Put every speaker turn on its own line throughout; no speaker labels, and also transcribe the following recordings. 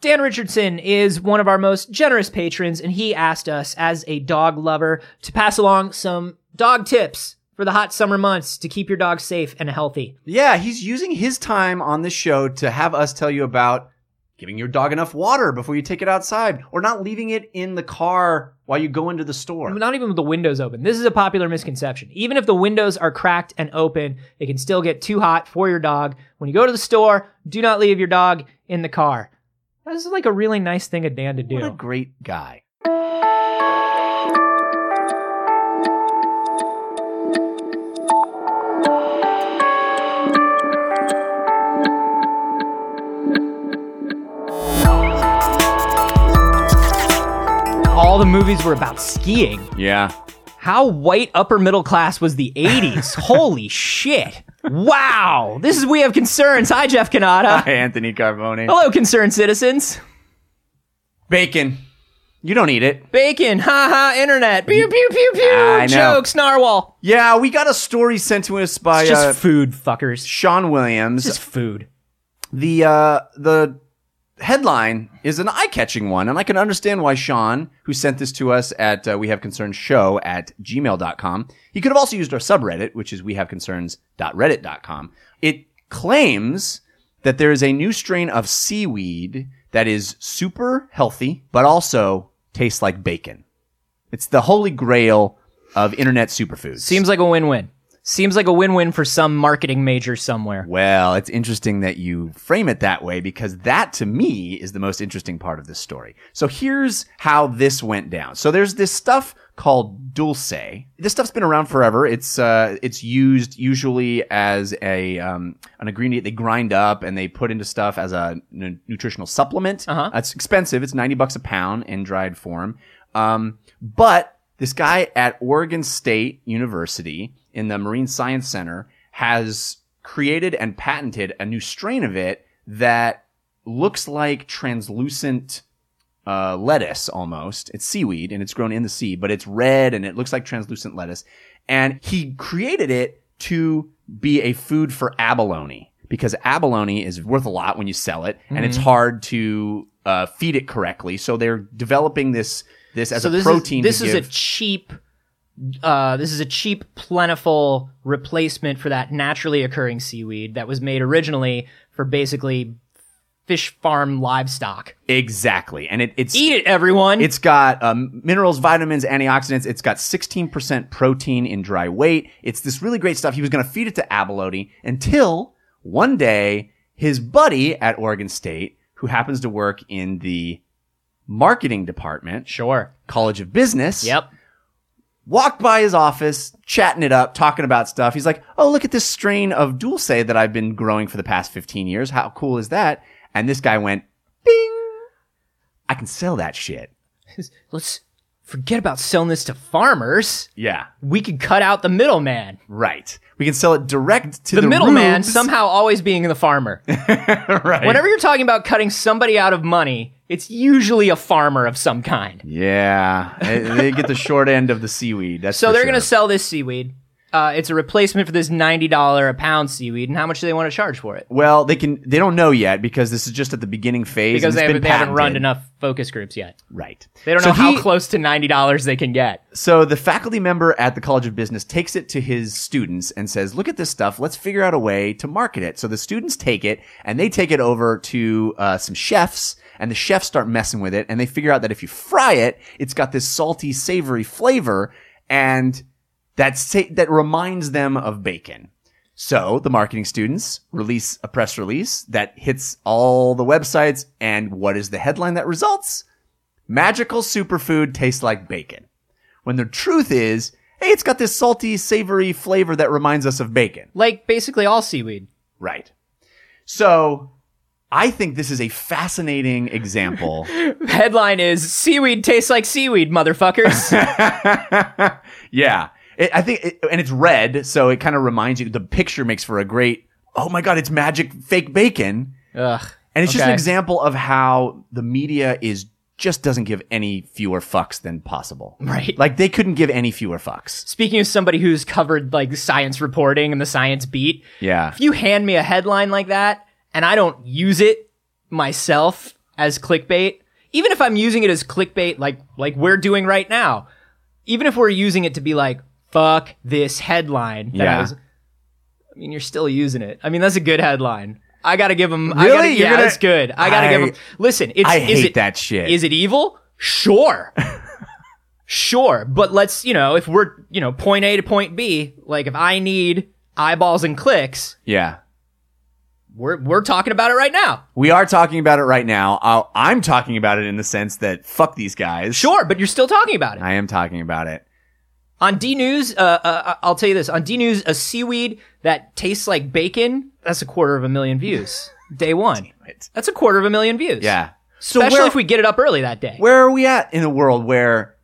Dan Richardson is one of our most generous patrons, and he asked us, as a dog lover, to pass along some dog tips for the hot summer months to keep your dog safe and healthy.
Yeah, he's using his time on this show to have us tell you about giving your dog enough water before you take it outside or not leaving it in the car while you go into the store.
Not even with the windows open. This is a popular misconception. Even if the windows are cracked and open, it can still get too hot for your dog. When you go to the store, do not leave your dog in the car. That is like a really nice thing of Dan to do.
What a great guy.
All the movies were about skiing.
Yeah.
How white upper middle class was the 80s? Holy shit. Wow. This is We Have Concerns. Hi, Jeff Canada.
Hi, Anthony Carboni.
Hello, concerned citizens.
Bacon. You don't eat it.
Bacon, haha, internet. Pew, pew, pew, pew.
I know.
Jokes, narwhal.
Yeah, we got a story sent to us by
It's
uh,
just food, fuckers.
Sean Williams.
It's just food.
the uh, the headline is an eye-catching one and i can understand why sean who sent this to us at uh, we have concerns show at gmail.com he could have also used our subreddit which is we have concerns.reddit.com it claims that there is a new strain of seaweed that is super healthy but also tastes like bacon it's the holy grail of internet superfoods
Seems like a win win. Seems like a win win for some marketing major somewhere.
Well, it's interesting that you frame it that way because that to me is the most interesting part of this story. So here's how this went down. So there's this stuff called dulce. This stuff's been around forever. It's uh, it's used usually as a um, an ingredient they grind up and they put into stuff as a n- nutritional supplement.
Uh-huh.
It's expensive. It's ninety bucks a pound in dried form. Um, but this guy at Oregon State University in the Marine Science Center has created and patented a new strain of it that looks like translucent uh, lettuce almost. It's seaweed and it's grown in the sea, but it's red and it looks like translucent lettuce. And he created it to be a food for abalone because abalone is worth a lot when you sell it and
Mm-hmm.
it's hard to uh, feed it correctly. So they're developing this this as
so
a
this
protein.
Is, this
to
is
give.
a cheap. Uh, this is a cheap, plentiful replacement for that naturally occurring seaweed that was made originally for basically fish farm livestock.
exactly, and it, it's
Eat it, everyone.
It's got um, minerals, vitamins, antioxidants. It's got 16% protein in dry weight. It's this really great stuff. He was going to feed it to abalone until one day his buddy at Oregon State, who happens to work in the marketing department,
sure.
College of Business,
Yep.
walked by his office, chatting it up, talking about stuff. He's like, "Oh, look at this strain of dulce that I've been growing for the past 15 years. How cool is that?" And this guy went, "Bing! I can sell that shit."
Let's forget about selling this to farmers.
Yeah.
We could cut out the middleman.
Right. We can sell it direct to
The,
the,
middleman
rubes.
somehow always being the farmer.
right.
Whenever you're talking about cutting somebody out of money, it's usually a farmer of some kind.
Yeah, they, they get the short end of the seaweed. That's
So
for
they're
sure.
going to sell this seaweed. Uh, it's a replacement for this $90 a pound seaweed. And how much do they want to charge for it?
Well, they can. They don't know yet because this is just at the beginning phase.
Because
and
they
it's
haven't,
been
they haven't run
patented.
enough focus groups yet.
Right.
They don't
So
know how
he-
close to $90 they can get.
So the faculty member at the College of Business takes it to his students and says, "Look at this stuff. Let's figure out a way to market it." So the students take it and they take it over to uh, some chefs, and the chefs start messing with it, and they figure out that if you fry it, it's got this salty, savory flavor, and that sa- that reminds them of bacon. So the marketing students release a press release that hits all the websites, and what is the headline that results? Magical superfood tastes like bacon when the truth is, hey, it's got this salty, savory flavor that reminds us of bacon.
Like basically all seaweed.
Right. So I think this is a fascinating example.
Headline is Seaweed tastes like seaweed, motherfuckers.
yeah. It, I think, it, and it's red, so it kind of reminds you, the picture makes for a great, oh my God, it's magic fake bacon.
Ugh.
And it's just an
Okay.
example of how the media is just doesn't give any fewer fucks than possible.
Right.
Like they couldn't give any fewer fucks.
Speaking of somebody who's covered like science reporting and the science beat,
Yeah.
if you hand me a headline like that and I don't use it myself as clickbait, even if I'm using it as clickbait, like like we're doing right now, even if we're using it to be like "fuck this headline," that I
Yeah.
was- I mean, you're still using it. I mean, that's a good headline. I gotta give them. I
Really?
gotta,
You're
yeah,
gonna-
that's good. I gotta give
I-
them. Listen, it's
I
is
hate
it,
that shit.
Is it evil? Sure. sure. But let's, you know, if we're, you know, point A to point B, like if I need eyeballs and clicks,
yeah.
we're we're talking about it right now.
We are talking about it right now. i I'm talking about it in the sense that fuck these guys.
Sure, but you're still talking about it.
I am talking about it.
On D News, uh, uh, I'll tell you this. On D News, a seaweed that tastes like bacon, that's a quarter of a million views. Day one.
Right.
That's a quarter of a million views.
Yeah. So
Especially
where,
if we get it up early that day.
where are we at in a world where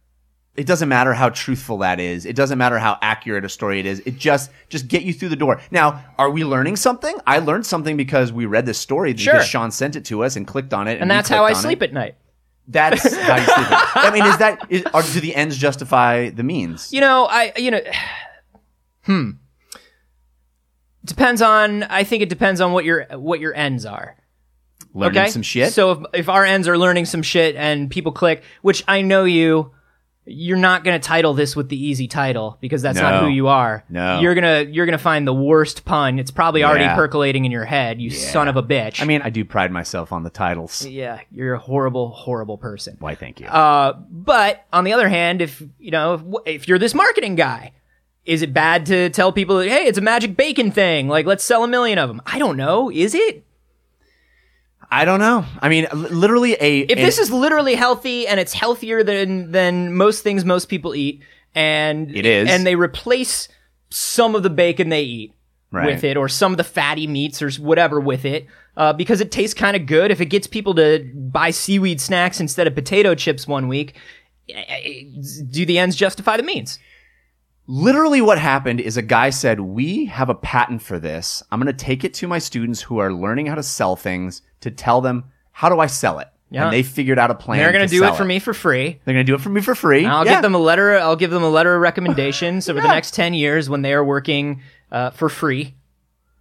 it doesn't matter how truthful that is. It doesn't matter how accurate a story it is. It just just get you through the door. Now, are we learning something? I learned something because we read this story because
Sure.
Sean sent it to us and clicked on it. And,
and
we
that's how I
clicked on
sleep
It.
at night.
That's how you sleep. it. I mean, is that is, are, do the ends justify the means?
You know, I you know, hmm. Depends on. I think it depends on what your what your ends are.
Learning
Okay,
some shit.
So if if our ends are learning some shit and people click, which I know you, you're not gonna title this with the easy title because that's not
No.
who you are.
No.
you're gonna you're gonna find the worst pun. It's probably already
Yeah.
percolating in your head. You son of a bitch.
I mean, I do pride myself on the titles.
yeah, you're a horrible horrible person.
Why? Thank you.
Uh, but on the other hand, if you know, if, if you're this marketing guy, is it bad to tell people, hey, it's a magic bacon thing? Like, let's sell a million of them. I don't know. Is it?
I don't know. I mean, li- literally a.
If this is literally healthy and it's healthier than than most things most people eat, and
It is.
and they replace some of the bacon they eat
Right.
with it, or some of the fatty meats or s- whatever with it, uh, because it tastes kind of good. If it gets people to buy seaweed snacks instead of potato chips one week, eh, eh, do the ends justify the means?
literally what happened is a guy said, "We have a patent for this. I'm going to take it to my students who are learning how to sell things to tell them how do I sell it."
Yeah.
And they figured out a plan.
They're gonna
to
do
sell
it for me for free.
They're going to do it for me for free.
And I'll
Yeah.
give them a letter. I'll give them a letter of recommendation. So for the next ten years, when they are working uh, for free,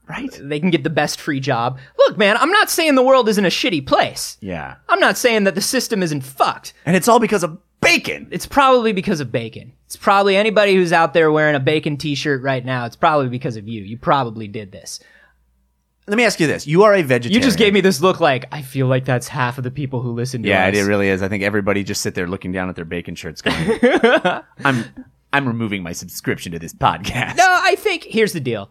right.
they can get the best free job. Look, man, I'm not saying the world isn't a shitty place.
Yeah.
I'm not saying that the system isn't fucked.
And it's all because of bacon.
It's probably because of bacon. It's probably anybody who's out there wearing a bacon t-shirt right now. It's probably because of you. You probably did this.
Let me ask you this: You are a
You
vegetarian.
just gave me this look like I feel like that's half of the people who listen to
Yeah,
us.
it really is. I think everybody just sit there looking down at their bacon shirts, going, "I'm." I'm removing my subscription to this podcast.
No, I think here's the deal.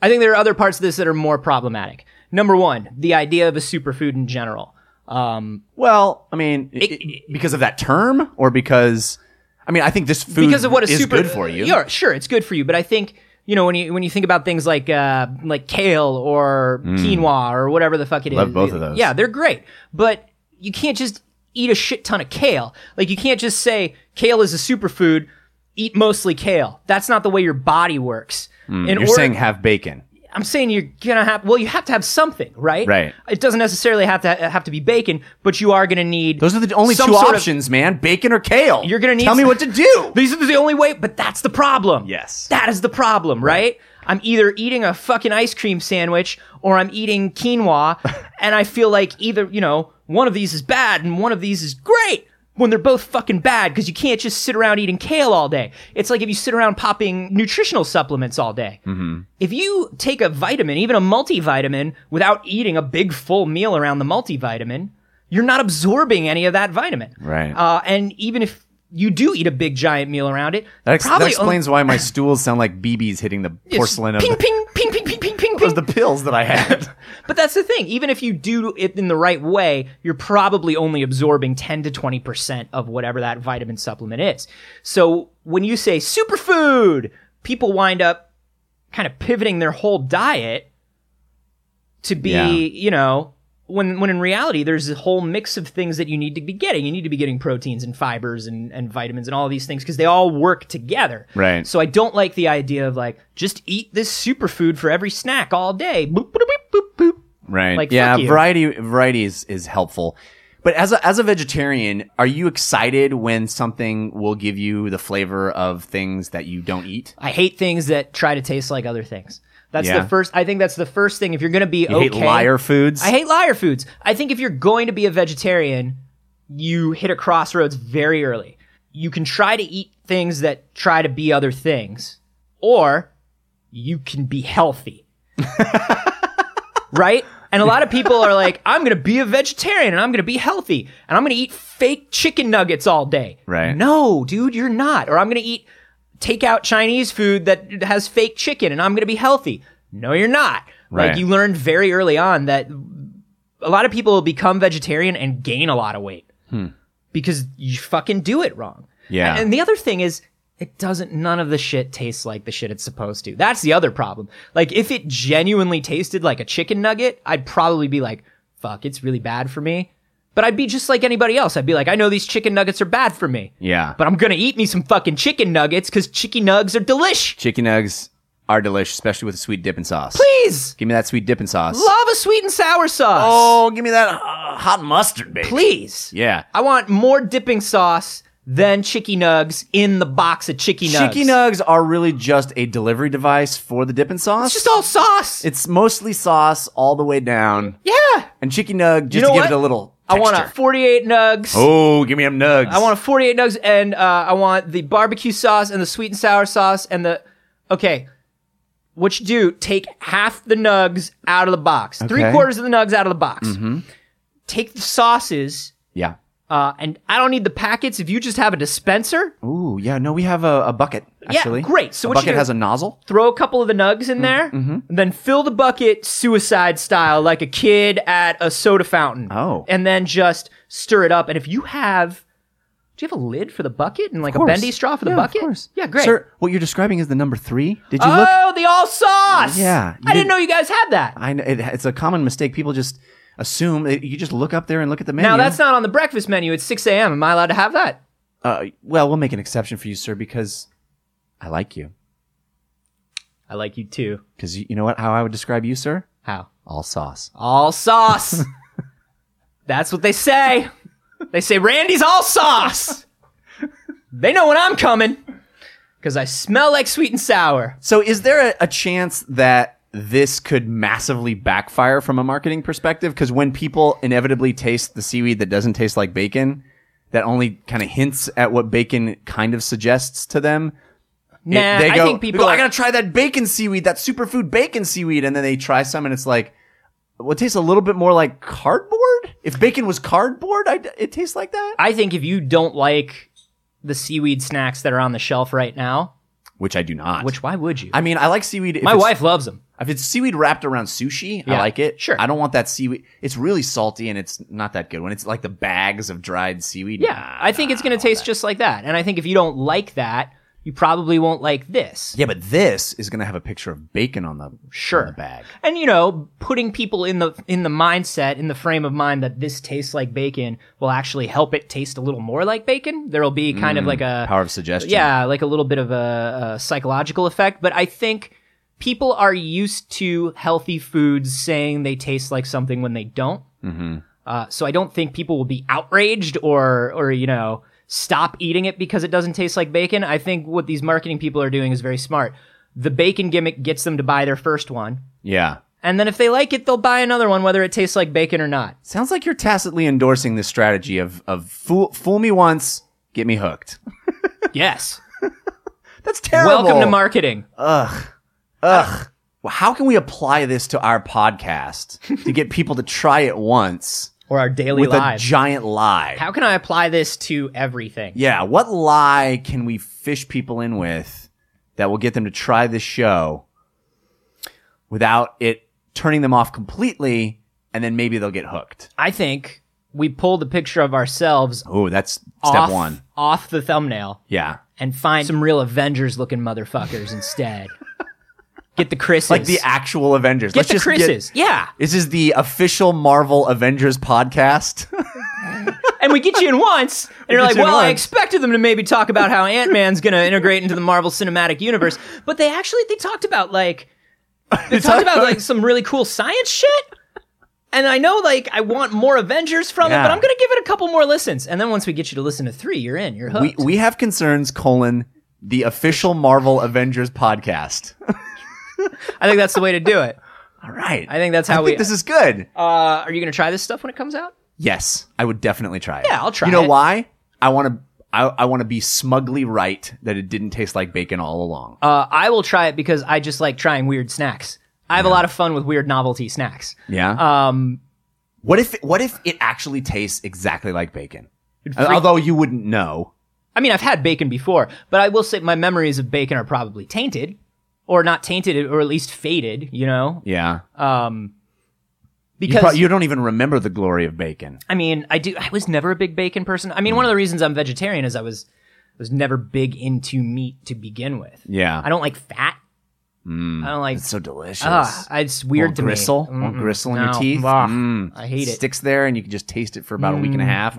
I think there are other parts of this that are more problematic. Number one, the idea of a superfood in general. Um,
Well, I mean, i i- because of that term, or because, I mean, I think this food
because of what a
is
super
good for you.
Yeah, sure, it's good for you, but I think you know when you when you think about things like uh, like kale or quinoa or whatever the fuck it is.
Mm. Love both of those.
Yeah, they're great, but you can't just eat a shit ton of kale. Like you can't just say kale is a superfood. Eat mostly kale. That's not the way your body works. In
Mm. You're
order-
saying have bacon.
I'm saying you're gonna have. Well, you have to have something, right?
Right.
It doesn't necessarily have to have to be bacon, but you are gonna need.
Those are the only
some
two
sort of-
options, man. Bacon or kale.
You're gonna need
Tell me what to do.
These are the only way, but that's the problem.
Yes.
That is the problem, right? I'm either eating a fucking ice cream sandwich or I'm eating quinoa, and I feel like either, you know, one of these is bad and one of these is great when they're both fucking bad because you can't just sit around eating kale all day. It's like if you sit around popping nutritional supplements all day.
Mm-hmm.
If you take a vitamin, even a multivitamin, without eating a big full meal around the multivitamin, you're not absorbing any of that vitamin.
Right.
Uh, and even if you do eat a big giant meal around it,
That, ex- that
probably
explains why my stools sound like BBs hitting the
only-
porcelain of
Ping,
the,
ping, ping, ping, ping, ping, ping, ping.
of the pills that I had.
but that's the thing. Even if you do it in the right way, you're probably only absorbing 10 to 20% of whatever that vitamin supplement is. So when you say superfood, people wind up kind of pivoting their whole diet to be,
Yeah.
you know, when when in reality there's a whole mix of things that you need to be getting. You need to be getting proteins and fibers and, and vitamins and all these things because they all work together.
Right.
So I don't like the idea of like just eat this superfood for every snack all day. Boop, boop, boop, boop, boop.
right.
Like,
yeah,
fuck you.
variety variety is, is helpful. But as a, as a vegetarian, are you excited when something will give you the flavor of things that you don't eat?
I hate things that try to taste like other things. That's
Yeah.
the first. I think that's the first thing. If you're going to be
You
okay,
hate liar foods.
I hate liar foods. I think if you're going to be a vegetarian, you hit a crossroads very early. You can try to eat things that try to be other things, or you can be healthy. right? And a lot of people are like, I'm going to be a vegetarian and I'm going to be healthy and I'm going to eat fake chicken nuggets all day.
Right.
No, dude, you're not. Or I'm going to eat takeout Chinese food that has fake chicken and I'm going to be healthy. No, you're not.
Right.
Like you learned very early on that a lot of people become vegetarian and gain a lot of weight because you fucking do it wrong.
Hmm. Yeah.
And, and the other thing is, it doesn't, none of the shit tastes like the shit it's supposed to. That's the other problem. Like, if it genuinely tasted like a chicken nugget, I'd probably be like, fuck, it's really bad for me. But I'd be just like anybody else. I'd be like, I know these chicken nuggets are bad for me.
yeah.
But I'm gonna eat me some fucking chicken nuggets because chicken nugs are delish.
Chicken nugs are delicious, especially with a sweet dip and sauce.
Please!
Give me that sweet dip and sauce.
Love a sweet and sour sauce.
Oh, give me that uh, hot mustard, baby.
Please.
Yeah.
I want more dipping sauce than chicky nugs in the box of chicky nugs.
Chicky nugs are really just a delivery device for the dip and
It's
sauce.
just all sauce.
It's mostly sauce all the way down.
yeah.
And chicky nug, just
know
to give
what?
it a little
I want a
texture.
48 nugs.
Oh, give me them nugs.
I want a 48 nugs and uh, I want the barbecue sauce and the sweet and sour sauce and the. Okay. What you do, take half the nugs out of the box, three
Okay. Mm-hmm.
quarters of the nugs out of the box. Take the sauces,
Yeah.
uh, and I don't need the packets. If you just have a dispenser,
Ooh, yeah. No, we have a, a bucket,
Yeah,
actually.
great. So
a
what you
bucket
do-
has a nozzle.
throw a couple of the nugs
Mm-hmm.
in there, and then fill the bucket suicide style, like a kid at a soda fountain.
Oh.
And then just stir it up. And if you have, do you have a lid for the bucket and like a
Of course.
bendy straw for the
Yeah,
bucket?
Of course.
Yeah, great.
Sir, what you're describing is the number three. Did you look?
oh, the all sauce.
Yeah, you Uh,
I didn't
did-
know you guys had that.
I know, it, it's a common mistake. People just assume that you just look up there and look at the menu.
Now that's not on the breakfast menu. It's 6 a.m. Am I allowed to have that?
Uh, well, we'll make an exception for you, sir, because I like you.
I like you too.
Because you, you know what? How I would describe you, sir?
How?
All sauce.
All sauce. That's what they say. They say Randy's all sauce. They know when I'm coming because I smell like sweet and sour.
So, is there a, a chance that this could massively backfire from a marketing perspective? Because when people inevitably taste the seaweed that doesn't taste like bacon, that only kind of hints at what bacon kind of suggests to them. it-
Nah,
they
I
go,
think
they
people.
go,
are-
I gotta try that bacon seaweed, that superfood bacon seaweed, and then they try some, and it's like, well, it tastes a little bit more like cardboard. If bacon was cardboard, I'd, it tastes like that.
I think if you don't like the seaweed snacks that are on the shelf right now,
Which I do not.
which why would you?
I mean, I like seaweed. If
My
it's-
wife loves them.
If it's seaweed wrapped around sushi, I
Yeah,
like it.
sure.
I don't want that seaweed. It's really salty and it's not that good when it's like the bags of dried seaweed.
Yeah, I think it's going to taste just like that. And I think if you don't like that, you probably won't like this.
Yeah, but this is going to have a picture of bacon on the
Sure.
on the bag.
and you know putting people in the in the mindset in the frame of mind that this tastes like bacon will actually help it taste a little more like bacon there'll be kind of like a
Power of suggestion.
yeah like a little bit of a, a psychological effect but i think people are used to healthy foods saying they taste like something when they don't mm-hmm. uh, so i don't think people will be outraged or or you know stop eating it because it doesn't taste like bacon i think what these marketing people are doing is very smart the bacon gimmick gets them to buy their first one
Yeah.
and then if they like it, they'll buy another one, whether it tastes like bacon or not.
Sounds like you're tacitly endorsing this strategy of of fool fool me once, get me hooked.
Yes.
That's terrible.
Welcome to marketing.
Ugh. Ugh. Well, how can we apply this to our podcast to get people to try it once
Or our daily
with
lives.
a giant lie?
How can I apply this to everything?
Yeah, what lie can we fish people in with that will get them to try this show without it turning them off completely and then maybe they'll get hooked.
I think we pull the picture of ourselves
Oh, that's step
off,
1.
off the thumbnail
Yeah.
and find some real Avengers looking motherfuckers instead. Get the Chris's.
Like the actual Avengers.
Get the
just
Chris's. Yeah.
this is the official Marvel Avengers podcast.
And we get you in once, and you're
get
like,
you in
well, I
once."
expected them to maybe talk about how Ant Man's going to integrate into the Marvel Cinematic Universe, but they actually they talked about like they talked about like some really cool science shit. And I know like I want more Avengers from it,
Yeah.
but I'm gonna give it a couple more listens. And then once we get you to listen to three, you're in. You're
we
hooked.
we have concerns colon the official Marvel Avengers podcast.
I think that's the way to do it.
All right.
I think that's how we.
think this is good.
uh, are you going to try this stuff when it comes out?
Yes, I would definitely try it.
Yeah, I'll try
You know
it.
why? I want to. I, I want to be smugly right that it didn't taste like bacon all along.
Uh, I will try it because I just like trying weird snacks. I have a lot of fun with weird novelty snacks.
yeah.
Um,
what if What if it actually tastes exactly like bacon? Uh, Although you wouldn't know.
I mean, I've had bacon before, but I will say my memories of bacon are probably tainted, or not tainted, or at least faded. You know,
Yeah.
um,
You,
because
pro- you don't even remember the glory of bacon.
I mean, I do. I was never a big bacon person. I mean, one of the reasons I'm vegetarian is I was was never big into meat to begin with.
Yeah. Mm.
I don't like fat. I don't like.
it's so delicious.
Ah, it's weird to
Little gristle,
me.
little
Mm-mm.
gristle in
No.
your teeth.
Ugh.
Mm.
I hate it. Mm,
Sticks there, and you can just taste it for about a week and a half.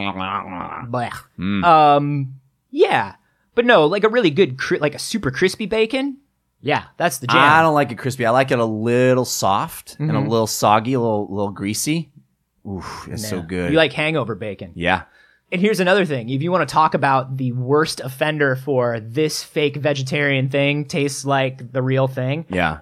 yeah. Blech.
Mm.
Um, yeah, but no, like a really good, cri- like a super crispy bacon. Yeah, that's the jam. Mm-hmm.
I don't like it crispy. I like it a little soft and a little soggy, a little little greasy. Oof, it's so
Yeah.
good.
You like hangover bacon.
yeah.
And here's another thing. If you want to talk about the worst offender for this fake vegetarian thing tastes like the real thing,
Yeah.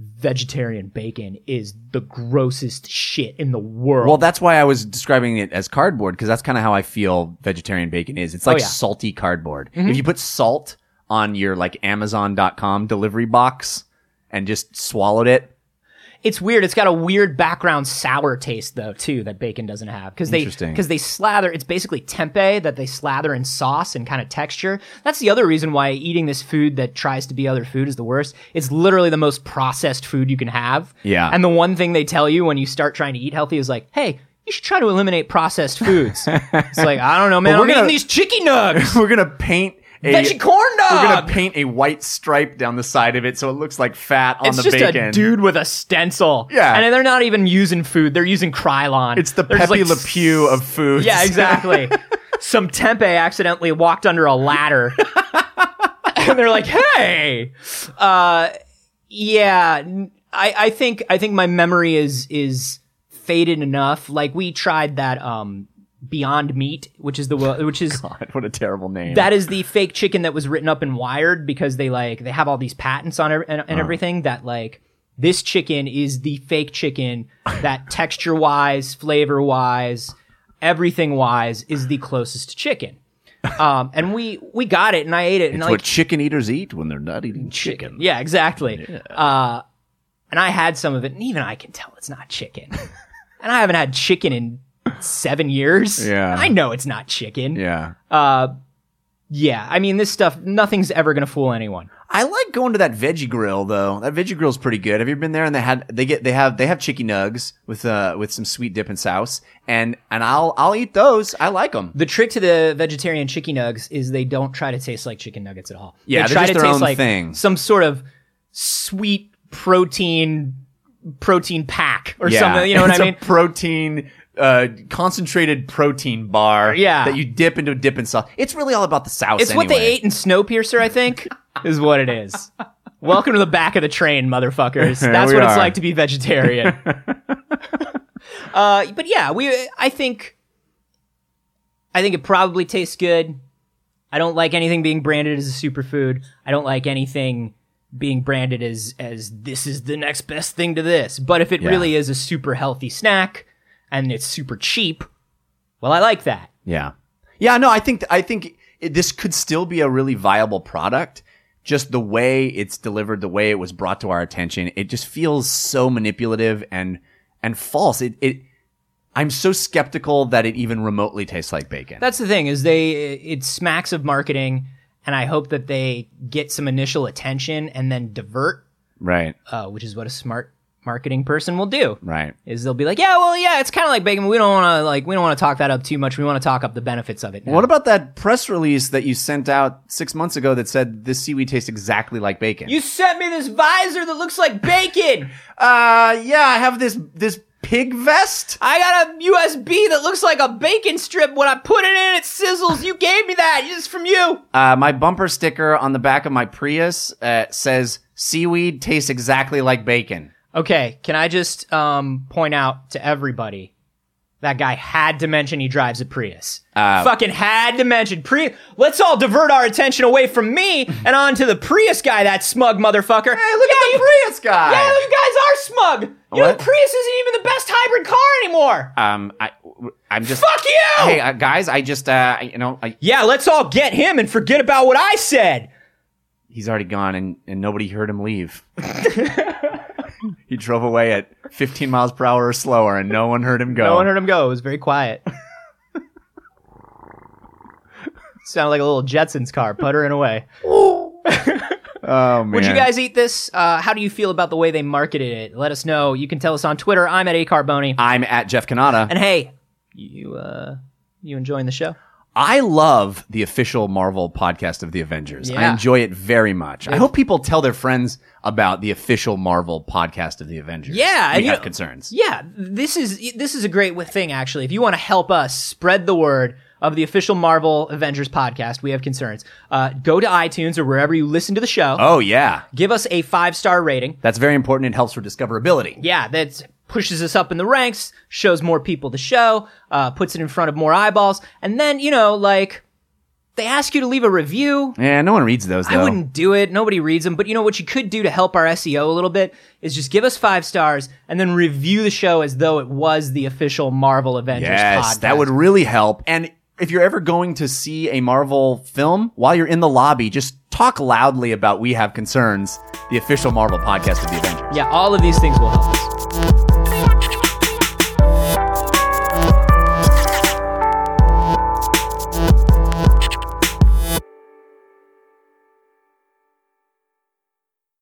vegetarian bacon is the grossest shit in the world.
Well, that's why I was describing it as cardboard because that's kind of how I feel vegetarian bacon is. It's like
Oh, yeah. Mm-hmm.
salty cardboard. If you put salt on your like amazon.com delivery box and just swallowed it,
it's weird. It's got a weird background sour taste though, too, that bacon doesn't have because they
Interesting.
because they slather. It's basically tempeh that they slather in sauce and kind of texture. That's the other reason why eating this food that tries to be other food is the worst. It's literally the most processed food you can have.
Yeah.
And the one thing they tell you when you start trying to eat healthy is like, hey. You should try to eliminate processed foods. it's like I don't know, man.
But we're
I'm eating
gonna-
these chicken nugs,
we're going to paint a
veggie corn dog.
We're going to paint a white stripe down the side of it so it looks like fat on
it's
the
just
bacon.
a dude with a stencil.
Yeah.
and they're not even using food; they're using Krylon.
It's the
They're just
Pepe
like,
Le Pew of food.
Yeah, exactly. Some tempeh accidentally walked under a ladder, and they're like, "Hey, uh, yeah." n- I, I think I think my memory is is faded enough. Like we tried that um, Beyond Meat, which is the wo- which is
God, what a terrible name.
that is the fake chicken that was written up in Wired because they like they have all these patents on it and,
Uh-huh.
and everything that like this chicken is the fake chicken that texture wise, flavor wise, everything wise is the closest chicken. Um, and we we got it and I ate it and
It's
like
what chicken eaters eat when they're not eating chicken.
yeah exactly. Uh, and I had some of it and even I can tell it's not chicken. and I haven't had chicken in seven years.
Yeah.
I know it's not chicken.
Yeah.
Yeah, I mean this stuff. Nothing's ever gonna fool anyone.
I like going to that veggie grill though. That veggie grill's pretty good. Have you been there? And they had they get they have they have chicken nugs with uh with some sweet dip and sauce. And and I'll I'll eat those. I like them.
The trick to the vegetarian chicken nugs is they don't try to taste like chicken nuggets at all.
Yeah,
they
they're
try
just
to
their
taste
own
like
thing.
some sort of sweet protein protein pack or something. You know what
it's
I mean?
A protein uh concentrated protein bar.
Yeah.
that you dip into a dip and sauce. It's really all about the sauce.
It's what they
anyway.
ate in Snowpiercer, I think, is what it is. Welcome to the back of the train, motherfuckers. That's
we
what it's
are.
like to be vegetarian. uh, but yeah, we. I think. I think it probably tastes good. I don't like anything being branded as a superfood. I don't like anything being branded as as this is the next best thing to this. But if it
Yeah.
really is a super healthy snack and it's super cheap, well, I like that.
Yeah. Yeah, no, I think I think it, this could still be a really viable product. Just the way it's delivered, the way it was brought to our attention, it just feels so manipulative and and false. It it I'm so skeptical that it even remotely tastes like bacon.
That's the thing is they it smacks of marketing, and I hope that they get some initial attention and then divert,
right.
uh, which is what a smart marketing person will do.
Right.
Is they'll be like, yeah, well, yeah, it's kind of like bacon. but We don't want to like we don't want to talk that up too much. We want to talk up the benefits of it. now."
What about that press release that you sent out 6 months ago that said this seaweed tastes exactly like bacon?
you sent me this visor that looks like bacon.
uh yeah, I have this this pig vest.
I got a USB that looks like a bacon strip. When I put it in, it sizzles. You gave me that. This is from you.
Uh, my bumper sticker on the back of my Prius uh, says seaweed tastes exactly like bacon.
Okay, can I just um, point out to everybody That guy had to mention he drives a Prius.
Uh,
Fucking had to mention Prius. Let's all divert our attention away from me and onto the Prius guy, that smug motherfucker.
Hey, look at the
you-
Prius guy.
Yeah, you guys are smug. You know,
What?
the Prius isn't even the best hybrid car anymore.
Um, I, I'm just.
Fuck you!
Hey, uh, guys, I just, uh, I- you know, I,
yeah, let's all get him and forget about what I said.
he's already gone and, and nobody heard him leave. he drove away at 15 miles per hour or slower and no one heard him go.
No one heard him go. It was very quiet. Sounded like a little Jetsons car puttering away.
Oh, man.
Would you guys eat this? Uh, how do you feel about the way they marketed it? Let us know. You can tell us on Twitter. I'm at acarboni.
I'm at Jeff Kanata.
And hey, you uh, you enjoying the show?
I love the official Marvel podcast of the Avengers. I
Yeah.
enjoy it very much. I hope people tell their friends about the official Marvel podcast of the Avengers.
Yeah, and
we
you
have
know-
concerns.
Yeah, this is this is a great wi- thing actually. If you want to help us spread the word of the official Marvel Avengers podcast, we have concerns. Uh, go to iTunes or wherever you listen to the show.
Oh yeah,
Give us a five star rating.
that's very important. It helps for discoverability.
Yeah, that pushes us up in the ranks, shows more people the show, uh, puts it in front of more eyeballs, and then you know like they ask you to leave a review.
Yeah, no one reads those though.
I wouldn't do it. Nobody reads them. But you know what you could do to help our SEO a little bit is just give us five stars and then review the show as though it was the official Marvel Avengers
Yes,
podcast.
that would really help. And if you're ever going to see a Marvel film while you're in the lobby, just talk loudly about "We Have Concerns," the official Marvel podcast of the Avengers.
Yeah, all of these things will help us.